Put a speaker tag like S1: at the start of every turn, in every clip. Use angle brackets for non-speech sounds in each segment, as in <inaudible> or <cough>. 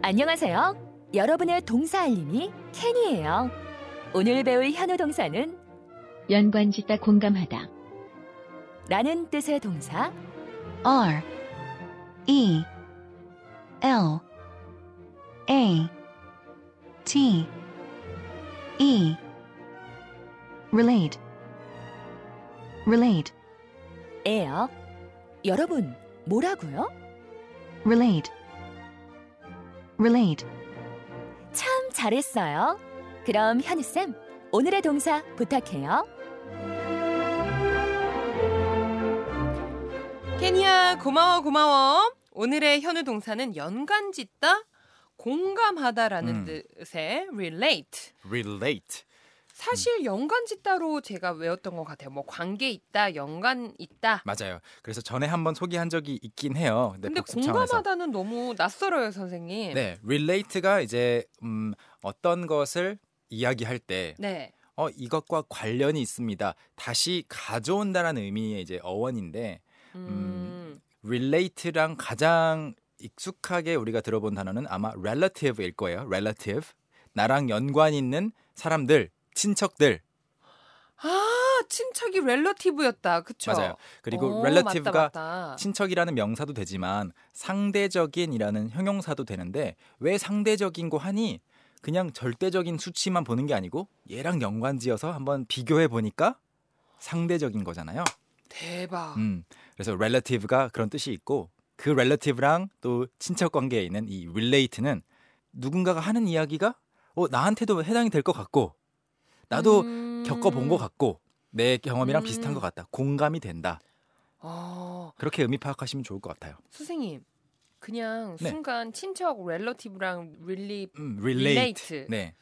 S1: 안녕하세요. 여러분의 동사 알림이 캔이에요. 오늘 배울 현우 동사는
S2: 연관짓다 공감하다.
S1: 라는 뜻의 동사
S3: R E L A T E Relate Relate
S1: 에요. 여러분, 뭐라고요?
S3: Relate Relate
S1: 참 잘했어요. 그럼 현우쌤, 오늘의 동사 부탁해요.
S4: 케니야 고마워 고마워. 오늘의 현우 동사는 연관짓다, 공감하다라는
S5: 음.
S4: 뜻의 relate.
S5: relate. 음.
S4: 사실 연관짓다로 제가 외웠던 것 같아요. 뭐 관계 있다, 연관 있다.
S5: 맞아요. 그래서 전에 한번 소개한 적이 있긴 해요.
S4: 근데
S5: 네, 복습 차원에서.
S4: 공감하다는 너무 낯설어요, 선생님.
S5: 네, relate가 이제 음, 어떤 것을 이야기할 때
S4: 네.
S5: 어, 이것과 관련이 있습니다. 다시 가져온다라는 의미의 이제 어원인데
S4: 음.
S5: relate랑 가장 익숙하게 우리가 들어본 단어는 아마 relative일 거예요. relative. 나랑 연관 있는 사람들, 친척들.
S4: 아, 친척이 relative였다. 그쵸?
S5: 맞아요. 그리고
S4: 오,
S5: relative가
S4: 맞다, 맞다.
S5: 친척이라는 명사도 되지만 상대적인이라는 형용사도 되는데 왜 상대적인고 하니 그냥 절대적인 수치만 보는 게 아니고 얘랑 연관지어서 한번 비교해 보니까 상대적인 거잖아요.
S4: 대박.
S5: 음, 그래서 relative가 그런 뜻이 있고 그 relative랑 또 친척 관계에 있는 이 relate는 누군가가 하는 이야기가 어, 나한테도 해당이 될 것 같고 나도
S4: 음.
S5: 겪어본 것 같고 내 경험이랑 비슷한
S4: 음.
S5: 것 같다. 공감이 된다.
S4: 어,
S5: 그렇게 의미 파악하시면 좋을 것 같아요.
S4: 선생님 그냥
S5: 네.
S4: 순간 친척 relative랑 really
S5: 음,
S4: relate.
S5: 네.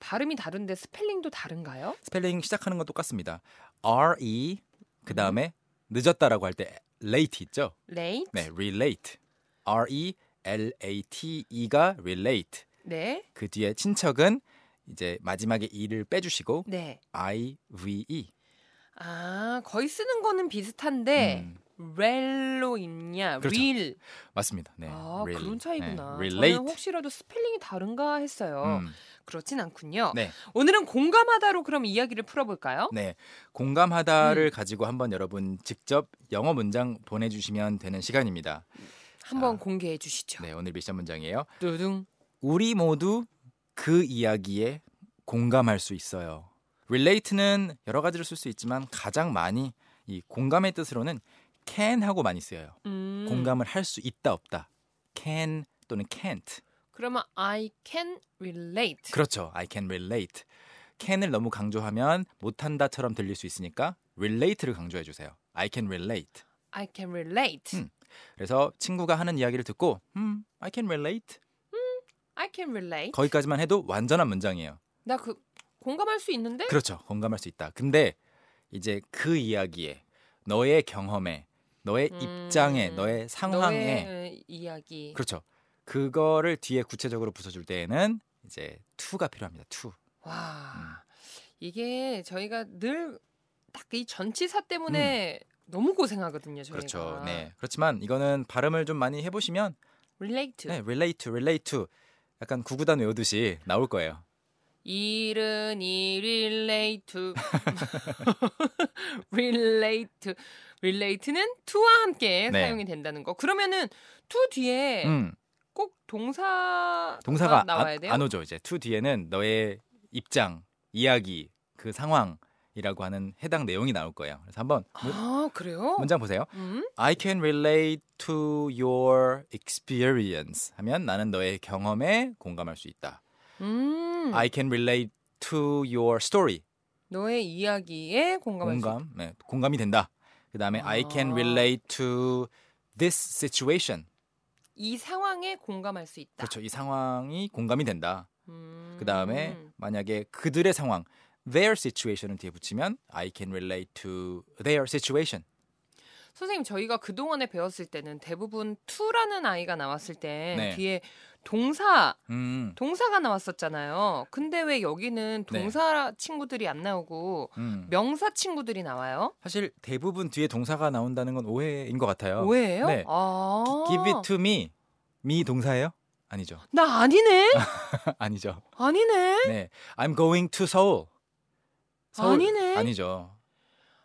S4: 발음이 다른데 스펠링도 다른가요?
S5: 스펠링 시작하는 건 똑같습니다. R E 그 다음에 늦었다라고 할 때 late 있죠?
S4: late
S5: 네, relate. R E L A T E가 relate.
S4: 네.
S5: 그 뒤에 친척은 이제 마지막에 e를 빼주시고
S4: 네.
S5: I V E.
S4: 아, 거의 쓰는 거는 비슷한데
S5: 음,
S4: rel로 있냐?
S5: 그렇죠.
S4: real.
S5: 맞습니다. 네.
S4: 아,
S5: rel-
S4: 그런 차이구나.
S5: 네,
S4: 저는
S5: relate.
S4: 혹시라도 스펠링이 다른가 했어요.
S5: 음,
S4: 그렇진 않군요.
S5: 네.
S4: 오늘은 공감하다로 그럼 이야기를 풀어 볼까요?
S5: 네.
S4: 음.
S5: 공감하다를 가지고 한번 여러분 직접 영어 문장 보내 주시면 되는 시간입니다.
S4: 한번
S5: 자.
S4: 공개해 주시죠.
S5: 아. 네, 오늘 미션 문장이에요.
S4: 두둥.
S5: 우리 모두 그 이야기에 공감할 수 있어요. relate는 여러 가지로 쓸 수 있지만 가장 많이 이 공감의 뜻으로는 can 하고 많이 쓰여요.
S4: 음.
S5: 공감을 할 수 있다 없다. can 또는 can't.
S4: 그러면 I can relate.
S5: 그렇죠. I can relate. can을 너무 강조하면 못한다처럼 들릴 수 있으니까 relate를 강조해 주세요. I can relate.
S4: I can relate.
S5: 음. 그래서 친구가 하는 이야기를 듣고 음, I can relate.
S4: I can relate.
S5: 거기까지만 해도 완전한 문장이에요.
S4: 나 그 공감할 수 있는데?
S5: 그렇죠. 공감할 수 있다. 근데 이제 그 이야기에 너의 경험에 너의
S4: 음,
S5: 입장에 너의 상황에
S4: 너의 어, 이야기.
S5: 그렇죠. 그거를 뒤에 구체적으로 붙여줄 때에는 이제 to가 필요합니다. to. 음.
S4: 와. 이게 저희가 늘 딱 이 전치사 때문에 너무 고생하거든요,
S5: 음.
S4: 저희가.
S5: 그렇죠. 네. 그렇지만 이거는 발음을 좀 많이 해보시면
S4: relate.
S5: 네, relate to, relate to 약간 구구단 외우듯이 나올 거예요.
S4: 일은 이 relate. <laughs> relate. relate는 to와 함께
S5: 네.
S4: 사용이 된다는 거. 그러면은 to 뒤에
S5: 음,
S4: 꼭 동사
S5: 동사가
S4: 네. 아, 나와야
S5: 안,
S4: 돼요.
S5: 안 오죠. 이제 to 뒤에는 너의 입장, 이야기, 그 상황이라고 하는 해당 내용이 나올 거예요. 그래서 한번 문-
S4: 아, 그래요?
S5: 문장 보세요.
S4: 음?
S5: I can relate to your experience 하면 나는 너의 경험에 공감할 수 있다.
S4: 음.
S5: I can relate to your story.
S4: 너의 이야기에 공감할 수
S5: 공감. 네, 공감이 된다. 그다음에 I can
S4: 아.
S5: relate to this situation.
S4: 이 상황에 공감할 수 있다.
S5: 그렇죠. 이 상황이 공감이 된다.
S4: 음.
S5: 그다음에 만약에 그들의 상황 their situation을 뒤에 붙이면 I can relate to their situation.
S4: 선생님 저희가 그 동안에 배웠을 때는 대부분 to라는 아이가 나왔을 때
S5: 네.
S4: 뒤에 동사
S5: 음.
S4: 동사가 나왔었잖아요. 근데 왜 여기는
S5: 네.
S4: 동사 친구들이 안 나오고
S5: 음.
S4: 명사 친구들이 나와요?
S5: 사실 대부분 뒤에 동사가 나온다는 건 오해인 것 같아요.
S4: 오해예요?
S5: 어. 네.
S4: 아.
S5: Give it to me. 미 동사예요? 아니죠. <laughs>
S4: 나 아니네?
S5: 아니죠.
S4: 아니네?
S5: 네. I'm going to Seoul. 서울.
S4: 아니네?
S5: 아니죠.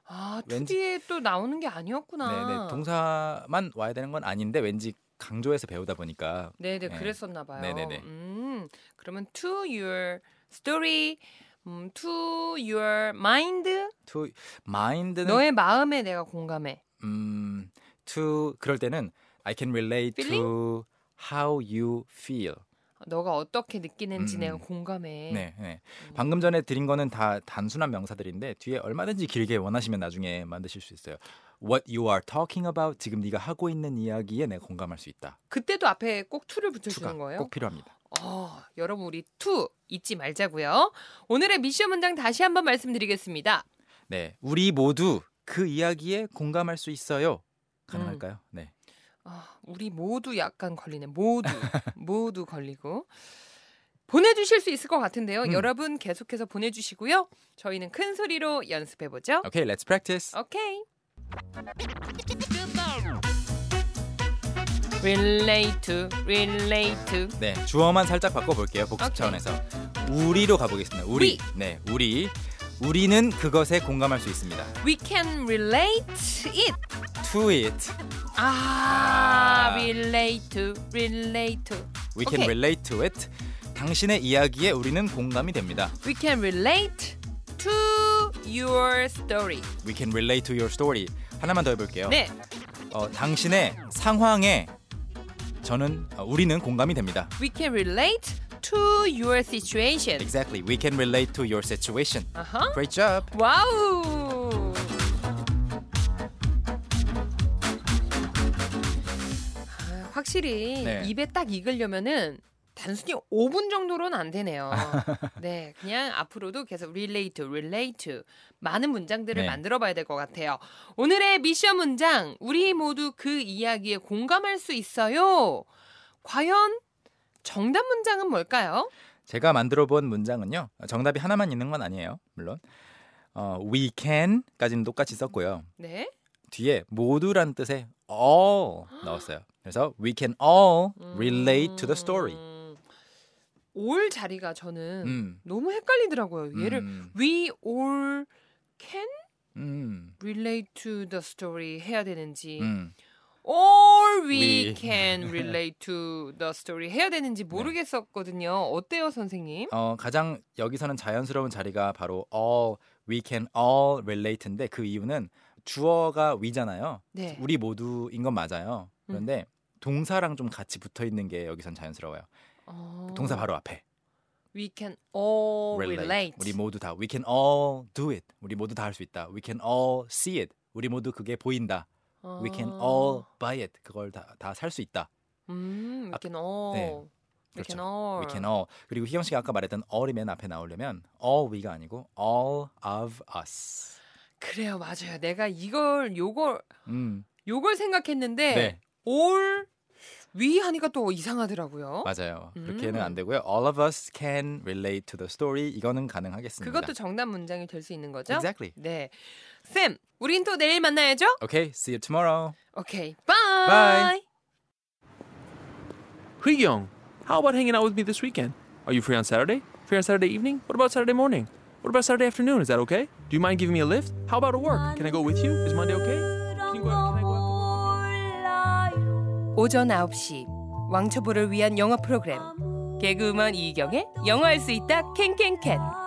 S4: 아,
S5: 왠지-
S4: 2D에 또 나오는 게 아니었구나.
S5: 네, 네. 동사만 와야 되는 건 아닌데 왠지 강조해서 배우다 보니까
S4: 네네
S5: 네.
S4: 그랬었나 봐요.
S5: 네네네.
S4: 음 그러면 to your story, 음, to your mind
S5: to mind는
S4: 너의 마음에 내가 공감해.
S5: 음, to 그럴 때는 I can relate to how you feel.
S4: 너가 어떻게 느끼는지
S5: 음,
S4: 내가
S5: 음.
S4: 공감해.
S5: 네, 네.
S4: 음.
S5: 방금 전에 드린 거는 다 단순한 명사들인데 뒤에 얼마든지 길게 원하시면 나중에 만드실 수 있어요. What you are talking about 지금 네가 하고 있는 이야기에 내가 공감할 수 있다.
S4: 그때도 앞에 꼭 to를
S5: 추가
S4: 붙여주는 거예요.
S5: 꼭 필요합니다.
S4: 어, 여러분 우리 to 잊지 말자고요. 오늘의 미션 문장 다시 한번 말씀드리겠습니다.
S5: 네, 우리 모두 그 이야기에 공감할 수 있어요. 가능할까요?
S4: 음.
S5: 네,
S4: 아, 우리 모두 약간 걸리네.
S5: <laughs>
S4: 모두 모두 걸리고 보내주실 수 있을 것 같은데요.
S5: 음.
S4: 여러분 계속해서 보내주시고요. 저희는 큰 소리로 연습해 보죠.
S5: 오케이, okay, let's practice.
S4: 오케이. relate to, relate to.
S5: 네, 주어만 살짝 바꿔볼게요. 복습
S4: 오케이.
S5: 차원에서 우리로 가보겠습니다. 우리. 네, 우리. 우리는 그것에 공감할 수 있습니다.
S4: We can relate it.
S5: To it, 아.
S4: 아, relate to, relate to.
S5: we can
S4: 오케이.
S5: relate to it. 당신의 이야기에 우리는 공감이 됩니다.
S4: We can relate to your story.
S5: We can relate to your story. 하나만 더 해볼게요.
S4: 네,
S5: 어, 당신의 상황에 저는 어, 우리는 공감이 됩니다.
S4: we can relate to your situation. Uh-huh.
S5: Exactly. We can relate to your situation.
S4: 아하.
S5: Great job.
S4: 와우. 아, 확실히
S5: 네.
S4: 입에 딱 익으려면은 단순히 5분 정도로는 안 되네요.
S5: 아.
S4: <laughs> 네, 그냥 앞으로도 계속 relate, relate 많은 문장들을
S5: 네.
S4: 만들어봐야 될 것 같아요. 오늘의 미션 문장, 우리 모두 그 이야기에 공감할 수 있어요. 과연 정답 문장은 뭘까요?
S5: 제가 만들어 본 문장은요. 정답이 하나만 있는 건 아니에요. 물론 어, we can까지는 똑같이 썼고요.
S4: 네,
S5: 뒤에 모두란 뜻의 all 넣었어요. 그래서 we can all relate to the story.
S4: 음, 올 자리가 저는
S5: 음.
S4: 너무 헷갈리더라고요. 얘를
S5: 음,
S4: we all can
S5: 음,
S4: relate to the story 해야 되는지
S5: 음.
S4: all we,
S5: We. 네.
S4: can
S5: <laughs>
S4: relate to the story 해야 되는지 모르겠었거든요. 어때요, 선생님?
S5: 어, 가장 여기서는 자연스러운 자리가 바로 all we can all relate인데 그 이유는 주어가 we잖아요.
S4: 네.
S5: 우리 모두인 건 맞아요.
S4: 음.
S5: 그런데 동사랑 좀 같이 붙어 있는 게 여기선 자연스러워요.
S4: 어,
S5: 동사 바로 앞에
S4: we can all relate.
S5: 우리 모두 다 we can all do it. 우리 모두 다 할 수 있다. we can all see it. 우리 모두 그게 보인다.
S4: 어.
S5: we can
S4: 아.
S5: all buy it. 그걸 다 다 살 수 있다.
S4: 음, we
S5: 아,
S4: can all.
S5: 네.
S4: We can
S5: 그렇죠.
S4: all.
S5: we can all. 그리고 희경 씨가 아까 말했던 all이 맨 앞에 나오려면 all we가 아니고 all of us.
S4: 그래요, 맞아요. 내가 이걸 요걸
S5: 음.
S4: 요걸 생각했는데
S5: 네.
S4: all we 하니까 또 이상하더라고요.
S5: 맞아요.
S4: 음.
S5: 그렇게는 안 되고요. All of us can relate to the story. 이거는 가능하겠습니다.
S4: 그것도 정답 문장이 될 수 있는 거죠?
S5: exactly.
S4: 네. 쌤, 우린 또 내일 만나야죠?
S5: Okay, see you tomorrow.
S4: 오케이. 바이.
S5: Bye.
S6: Young, how about hanging out with me this weekend? Are you free on Saturday? Free on Saturday evening? What about Saturday morning? What about Saturday afternoon? Is that okay? Do you mind giving me a lift? How about at work? Can I go with you? Is Monday okay? Can you go, can I go after-
S4: 오전
S1: 네,
S4: 9시 왕초보를 위한 영어 프로그램 개그우먼 이경의 영어할 수 있다 캔캔캔